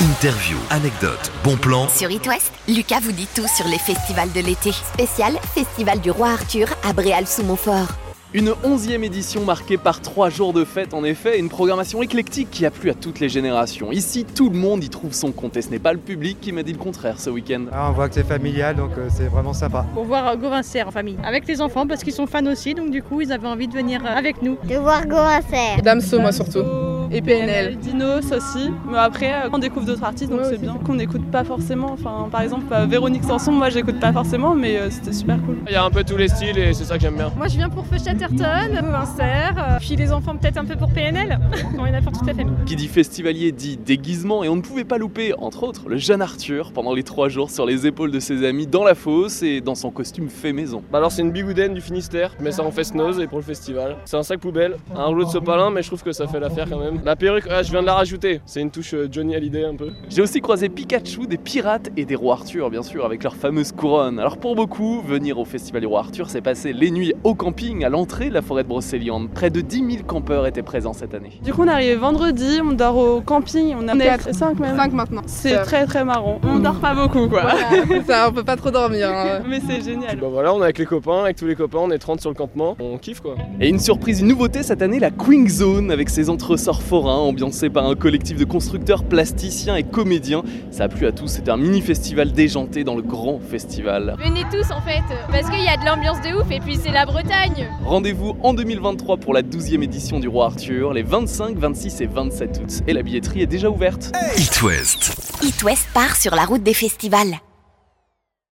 Interview, anecdotes, bons plans. Sur It West, Lucas vous dit tout sur les festivals de l'été. Spécial Festival du Roi Arthur à Bréal-sous-Montfort. Une onzième édition marquée par trois jours de fête en effet, une programmation éclectique qui a plu à toutes les générations. Ici, tout le monde y trouve son compte et ce n'est pas le public qui m'a dit le contraire ce week-end. Ah, on voit que c'est familial, donc euh, c'est vraiment sympa. pour voir Gauvin Serre en famille. Avec les enfants parce qu'ils sont fans aussi, donc du coup ils avaient envie de venir euh, avec nous. de voir Goracer. Damso, moi surtout. Et PNL. Dinos aussi. Mais après, euh, on découvre d'autres artistes, donc Ouais, c'est bien qu'on n'écoute pas forcément. Enfin, par exemple, euh, Véronique Sanson, moi, j'écoute pas forcément, mais euh, c'était super cool. Il y a un peu tous les styles et c'est ça que j'aime bien. Moi je viens pour Chatterton, Gauvin euh, Serre, puis les enfants peut-être un peu pour PNL. On en a pour toute la famille. Qui dit festivalier dit déguisement et on ne pouvait pas louper, entre autres, le jeune Arthur pendant les trois jours sur les épaules de ses amis dans la fosse et dans son costume fait maison. Bah alors c'est une bigoudaine du Finistère, mais ça en fait nose et pour le festival. C'est un sac poubelle, un rouleau de sopalin, mais je trouve que ça fait l'affaire quand même. La perruque, ah, je viens de la rajouter. C'est une touche euh, Johnny Hallyday un peu. J'ai aussi croisé Pikachu, des pirates et des rois Arthur, bien sûr, avec leur fameuse couronne. Alors pour beaucoup, venir au Festival du Roi Arthur, c'est passer les nuits au camping à l'entrée de la forêt de Brocéliande. Près de 10 000 campeurs étaient présents cette année. Du coup, on est arrivé vendredi, on dort au camping, on a Théâtre. 5 même. 5 maintenant. C'est très très marrant. On dort pas beaucoup, quoi. Voilà, ça, on peut pas trop dormir. hein. Mais c'est Et génial. bah voilà, on est avec les copains, avec tous les copains, on est 30 sur le campement, on kiffe quoi. Et une surprise, une nouveauté cette année, la Queen Zone, avec ses entresorts forains, ambiancés par un collectif de constructeurs, plasticiens et comédiens. Ça a plu à tous, c'est un mini-festival déjanté dans le grand festival. Venez tous en fait, parce qu'il y a de l'ambiance de ouf et puis c'est la Bretagne. Rendez-vous en 2023 pour la 12e édition du Roi Arthur, les 25, 26 et 27 août. Et la billetterie est déjà ouverte. It West. It West part sur la route des festivals.